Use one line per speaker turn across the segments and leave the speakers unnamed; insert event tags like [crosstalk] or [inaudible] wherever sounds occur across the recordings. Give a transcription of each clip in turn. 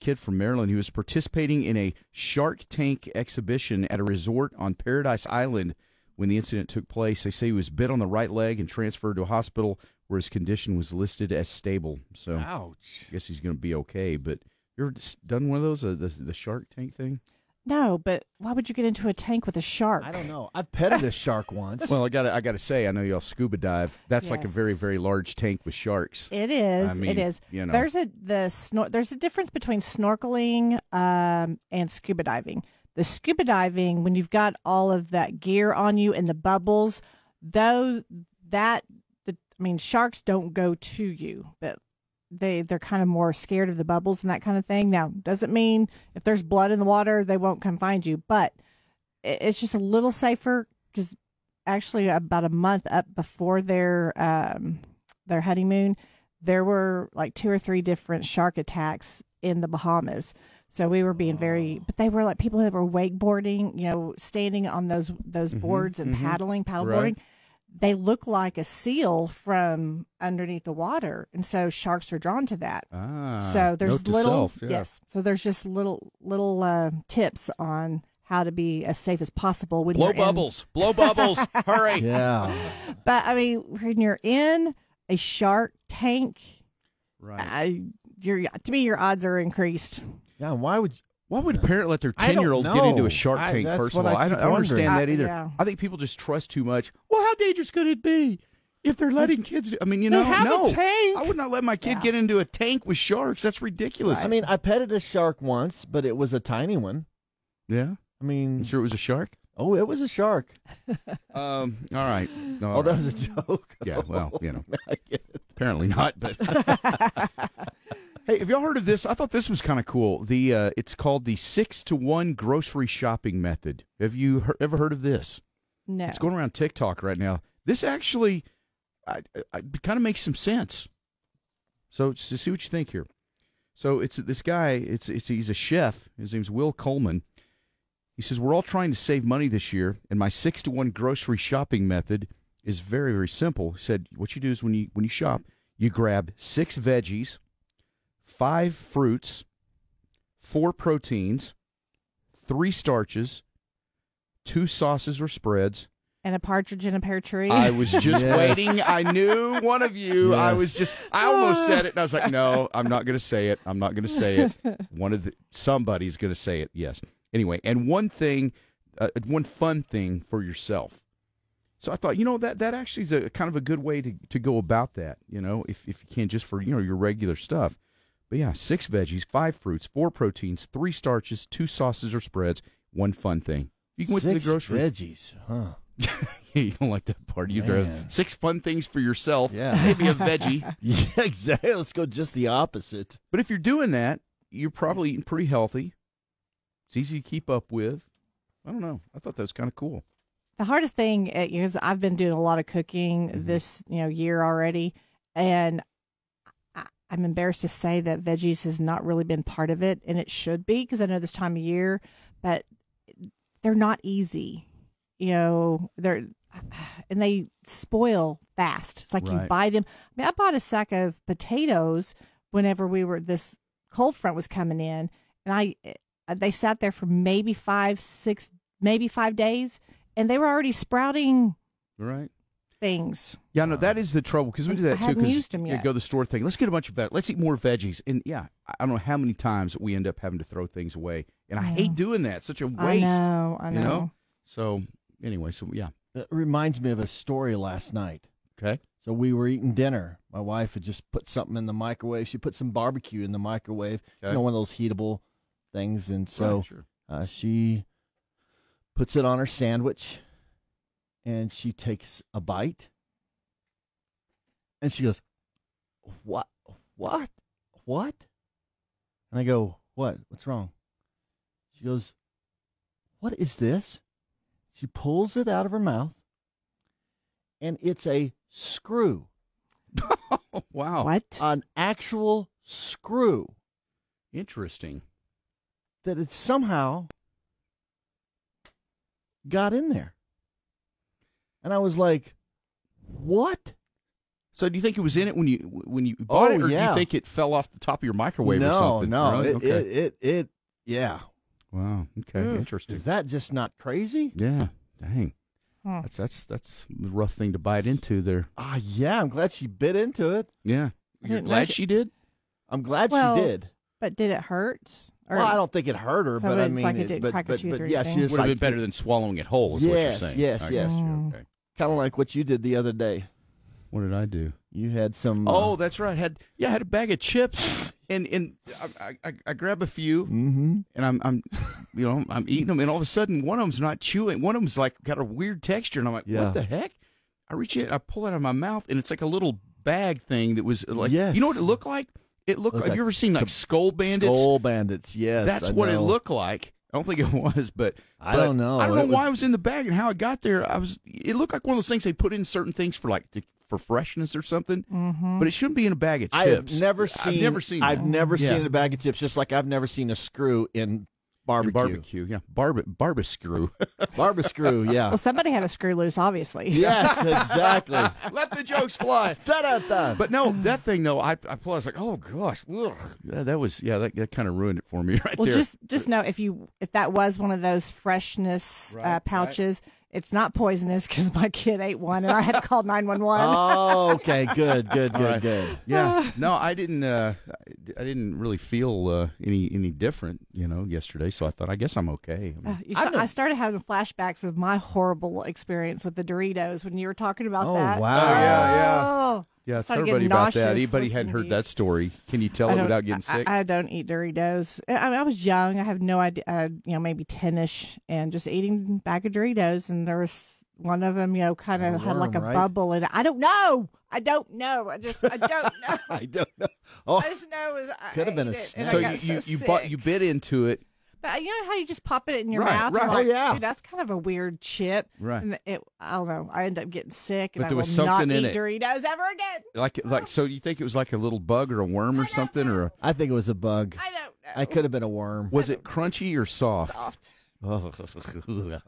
kid from Maryland. He was participating in a Shark Tank exhibition at a resort on Paradise Island when the incident took place. They say he was bit on the right leg and transferred to a hospital where his condition was listed as stable. So
Ah.
I
Ouch.
guess he's going to be okay. But you ever s- done one of those, uh, the, the Shark Tank
[laughs]
thing?
No, but why would you get into a tank with a shark?
I don't know. I've petted a shark
[laughs]
once.
Well, I got to I got to say, I know y'all scuba dive. That's like a very
Yes.
very large tank with sharks.
It is.
I mean,
it is.
you know.
There's a the snor- There's a difference between snorkeling um, and scuba diving. The scuba diving, when you've got all of that gear on you and the bubbles, though that the I mean, sharks don't go to you, but they they're kind of more scared of the bubbles and that kind of thing. Now, doesn't mean if there's blood in the water, they won't come find you, but it- it's just a little safer because actually about a month up before their um, their honeymoon, there were like two or three different shark attacks in the Bahamas. So we were being very, but they were like people that were wakeboarding, you know, standing on those those boards and paddling, paddleboarding.
Right.
They look like a seal from underneath the water, and so sharks are drawn to that.
Ah,
so
note
there's
to
little,
self, yeah.
yes. So there's just little little uh, tips on how to be as safe as possible when
Blow
you're in-
bubbles. Blow
[laughs]
bubbles. Hurry.
[laughs] yeah.
But I mean, when you're in a shark tank,
Right.
I, your to me, your odds are increased.
Yeah. Why would?
Why would a parent let their
I don't
10 year old get into
know.
a shark
I-
tank,
that's
first of
what I
all? I don't,
keep
I don't understand
wondering.
that either.
I- yeah.
I think people just trust too much. Well, how dangerous could it be if they're letting kids? Do, I mean, you know,
have a
no.
tank.
I would not let my kid
Yeah.
get into a tank with sharks. That's ridiculous.
I mean, I petted a shark once, but it was a tiny one.
yeah.
I mean,
You sure it was a shark?
oh, it was a shark.
Um, all right. No,
Oh, that was a joke.
[laughs] Yeah, well, you know.
[laughs] I get it.
Apparently not,
[laughs]
but hey, have y'all heard of this? I thought this was kind of cool. The uh, it's called the six to one grocery shopping method. Have you he- ever heard of this?
No,
It's going around TikTok right now. This actually I, I, kind of makes some sense. So it's to see what you think here. So it's this guy. It's, it's he's a chef. His name's Will Coleman. He says we're all trying to save money this year, and my six to one grocery shopping method is very very simple. He said what you do is when you when you shop, you grab six veggies, five fruits, four proteins, three starches, two sauces or spreads,
and a partridge in a pear tree.
I was just
Yes.
waiting. I knew one of you. I was just. I almost said it, and I was like, "No, I'm not going to say it. I'm not going to say it." One of the somebody's going to say it. Yes. Anyway, and one thing, uh, one fun thing for yourself. So I thought, you know, that that actually is a kind of a good way to to go about that. You know, if if you can, just for you know your regular stuff. But yeah, six veggies, five fruits, four proteins, three starches, two sauces or spreads, one fun thing. You can went to the
Six
grocery.
veggies, huh? [laughs]
[laughs] you don't like that part. You
Man.
grab six fun things for yourself.
Yeah.
Maybe a veggie.
Yeah, exactly. Let's go just the opposite.
[laughs] But if you're doing that, you're probably eating pretty healthy. It's easy to keep up with. I don't know. I thought that was kind of cool.
the hardest thing is I've been doing a lot of cooking
Mm-hmm.
this you know year already, and I, I'm embarrassed to say that veggies has not really been part of it, and it should be because I know this time of year, but they're not easy. You know, they're and they spoil fast. It's like you
Right.
buy them. I mean, I bought a sack of potatoes whenever we were this cold front was coming in, and I eh, they sat there for maybe five, six, maybe five days, and they were already sprouting
Right.
things.
Yeah, no, that is the trouble because we do that
I
too.
haven't
'cause
used 'em
you
yet.
go to the store thing. Let's get a bunch of that. Let's eat more veggies. And yeah, I I don't know how many times we end up having to throw things away. And I hate doing that. It's such a waste.
I know. I know.
You know? So anyway, so yeah.
It reminds me of a story last night.
Okay.
So we were eating dinner. My wife had just put something in the microwave. She put some barbecue in the microwave,
Okay.
you know, one of those heatable things. And so
Right, sure. [laughs]
uh, she puts it on her sandwich, and she takes a bite, and she goes, "What? What? What?" And I go, "What? What's wrong?" She goes, "What is this?" She pulls it out of her mouth, and it's a screw,
Oh, wow.
What?
an actual screw
Interesting.
that it somehow got in there. And I was like, what?
So do you think it was in it when you when you bought
Oh,
it, or do
yeah.
you think it fell off the top of your microwave
no,
or something?
no,
Really?
it,
okay.
it, it, it, yeah.
wow. Okay.
Ugh.
Interesting.
Is that just not crazy?
Yeah. Dang.
Hmm.
That's that's that's a rough thing to bite into there.
Ah, yeah. I'm glad she bit into it.
Yeah.
I
You're
didn't know
glad
she-
she did.
I'm glad
Well,
she did.
But did it hurt? Or,
well, I don't think it hurt her,
So
but I
it's
mean,
like it didn't
but,
crack a
but,
tooth
but,
or
yeah,
anything?
she was
Would have
like,
been better than swallowing it whole. Is what you're
Yes,
saying.
yes,
I
yes.
got you.
Mm.
Okay.
kind of like what you did the other day.
What did I do?
You had some. uh,
Oh, that's right. I had yeah, I had a bag of chips, and and I I, I grab a few,
mm-hmm.
and I'm I'm, you know, I'm eating them, and all of a sudden one of them's not chewing, one of them's like got a weird texture, and I'm like,
Yeah.
what the heck? I reach in, I pull it out of my mouth, and it's like a little bag thing that was like,
Yes.
you know what it looked like? It looked
Looked
like,
like
you ever seen like skull bandits?
Skull bandits. Yes,
That's
I
what it
know.
looked like. I don't think it [laughs] was, but
I
but
don't know.
I don't know
It
why
was-
it was in the bag and how it got there. I was. It looked like one of those things they put in certain things for like to, for freshness or something,
Mm-hmm.
but it shouldn't be in a bag of
I have
chips.
never seen.
I've never seen.
I've
that.
never
Yeah.
seen a bag of chips. Just like I've never seen a screw in
In
barbecue. [laughs]
barbecue. Yeah, barbe [laughs] barbecue.
Barbascrew.
[laughs]
Yeah.
Well, somebody had a screw loose, obviously.
yes. Exactly.
Let the jokes fly. [laughs]
Da-da-da.
But no, that thing though, I I plus like oh gosh, ugh. Yeah, that was yeah, that, that kind of ruined it for me [laughs] right
[laughs] Well,
there.
just just know if you if that was one of those freshness
Right,
uh,
right.
pouches, it's not poisonous because my kid ate one and I had called nine one
Uh,
one.
oh, okay. Good. Good. Good.
right.
Good.
yeah, no, I didn't. Uh, I didn't really feel uh, any any different, you know, yesterday. So I thought, I guess I'm okay. I mean,
I'm a-
Uh, I started having flashbacks of my horrible experience with the Doritos when you were talking about
Oh,
that.
wow. Oh, yeah,
yeah.
Oh.
Yeah, tell
Started getting
everybody about that.
nauseous
Anybody had
listening to
heard
you.
that story? Can you tell
I
it
don't-
without getting
I-
sick?
I, don't eat Doritos. I, mean, I was young. I have no idea. Uh, you know, maybe ten-ish, and just eating a bag of Doritos, and there was one of them. You know, kind
A
of had like a
worm, right?
bubble, and I don't know. I don't know. I just I
[laughs]
don't know.
I don't know. Oh,
I just know it was I
Could have been a
ate it,
snack.
and I
so you,
got
you,
so
you bought
sick.
you bit into it.
But you know how you just pop it in your
Right,
mouth?
right.
I'm like,
Oh, yeah.
"Dude, that's kind of a weird chip.
Right.
And it, I don't know. I end up getting sick, and
But
I
there was
will
something
not
in
eat
it.
Doritos ever again.
Like like so you think it was like a little bug or a worm or something or a,
I think it was a bug.
I don't know.
I could have been a worm.
was it crunchy or
[laughs]
soft?
Soft. Oh,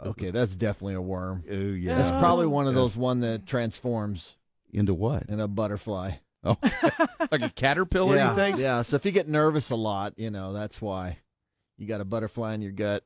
Okay, that's definitely a worm.
Oh yeah.
That's probably one of
Yeah.
those one that transforms
into what?
in a butterfly.
Oh, like a caterpillar
yeah,
you think?
yeah. So if you get nervous a lot, you know that's why you got a butterfly in your gut.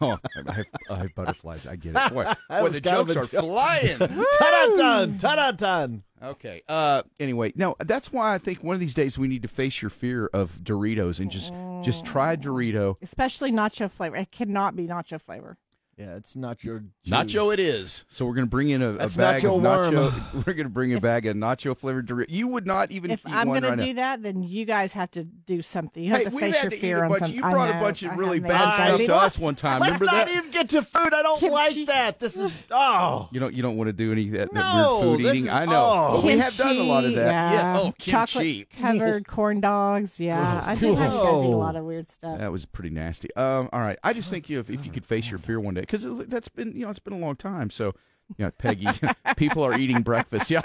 Oh, I have, I have butterflies. I get [laughs] it. Boy, boy
was
the
kind of
jokes
a
are
joke.
flying. [laughs]
Ta-da-dun, ta-da-dun.
Okay. Uh. Anyway, no. That's why I think one of these days we need to face your fear of Doritos and just just try Dorito.
Especially nacho flavor. It cannot be nacho flavor.
Yeah, it's not your
Nacho it is.
So we're gonna bring in a, a
That's
bag
nacho
of
worm.
nacho. [laughs] We're gonna bring a bag of nacho flavored Doritos. You would not even
If
eat
I'm
one
going
right
to do
now.
that, then you guys have to do something. You have
Hey,
to
we've
face
had
your
to eat
fear
a
on
bunch.
something.
You
I
brought a
know.
bunch of
I
really
have
bad
made
stuff
it.
to us one time.
Let's
Remember
not
that?
even get to food. I don't
Kimchi.
like that. This is oh.
You don't. You don't want to do any of that, that
No,
weird food
this
eating.
is-
I know.
oh.
But we have done a lot of
Kimchi,
that.
Yeah.
Oh, kimchi.
Chocolate [laughs] covered corn dogs. Yeah. I think you guys eat a
Whoa.
lot of weird stuff.
That was pretty nasty. Um. All right. I just think you know, if, if you could face your fear one day, because that's been you know it's been a long time. So. You know, Peggy, [laughs] people are eating breakfast. [laughs] Yeah,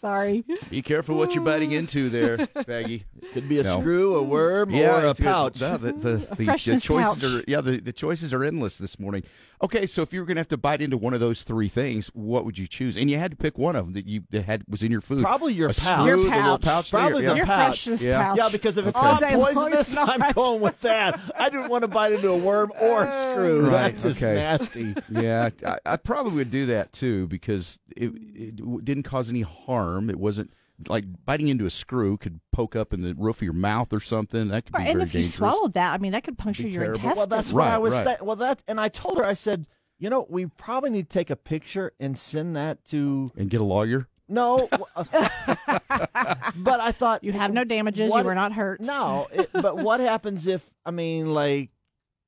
Sorry.
be careful what you're biting into there, Peggy.
Could be a
No.
screw, a worm, or a
it's good.
pouch. Mm-hmm.
No, the, the, the, the
freshness
choices
pouch.
are yeah, the, the choices are endless this morning. Okay, so if you were going to have to bite into one of those three things, what would you choose? And you had to pick one of them that you that had was in your food.
Probably your
a
pouch.
Screw,
Your
the little
pouch.
pouch there,
Probably
yeah. [laughs]
the
Your
pouch.
freshness
Yeah.
pouch.
Yeah, because if it's
All
not
day long,
poisonous,
it's not.
I'm going with that. I didn't want to bite into a worm or a screw.
Right,
That's just
okay.
nasty.
yeah, I, I probably would do that too because it, it w- didn't cause any harm. It wasn't like biting into a screw could poke up in the roof of your mouth or something. That could be
Or-
very
and if you
dangerous.
swallowed that, I mean, that could puncture your
terrible.
intestines.
Well, that's what
Right,
I was.
right.
That, well, that and I told her. I said, you know, we probably need to take a picture and send that to.
and get a lawyer.
No, [laughs] uh, but I thought
you have no damages.
What-
you were not hurt.
[laughs] No, it, but what happens if I mean, like,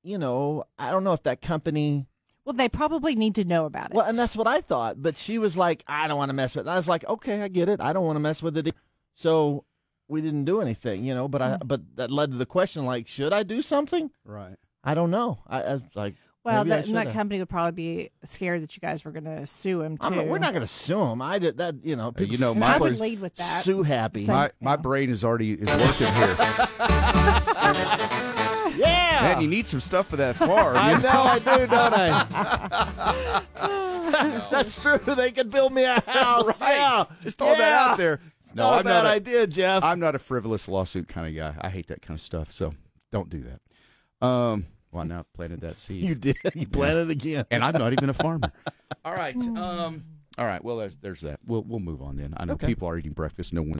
you know, I don't know if that company.
Well, they probably need to know about it.
Well, and that's what I thought. But she was like, I don't want to mess with. it. And I was like, okay, I get it. I don't want to mess with it. e-" So we didn't do anything, you know. But I,
Mm-hmm.
but that led to the question, like, should I do something?
Right.
I don't know. I, I was like,
Well,
maybe I
that, and that
shoulda.
company would probably be scared that you guys were going to sue him too.
I'm not, we're not going to sue him. I did that. You know,
Uh,
people
you know,
sue-
And I
my
would
first-
lead with that.
sue happy.
Same.
My my brain is already is working here.
[laughs] yeah,
Man, you need some stuff for that farm.
I
you
know I [laughs] do, don't I?
[laughs]
That's true. They could build me a house.
Right.
Yeah.
Just throw that out
Yeah.
there.
It's
No,
not a
I'm
bad
not a-
idea, Jeff.
I'm not a frivolous lawsuit kind of guy. I hate that kind of stuff. So don't do that. Um, well, now I've planted that seed. [laughs]
you [laughs] did. You planted again.
and I'm not even a
[laughs]
farmer. all right. Um, all right. Well, there's, there's that. We'll we'll move on then. I know people are eating breakfast. No one.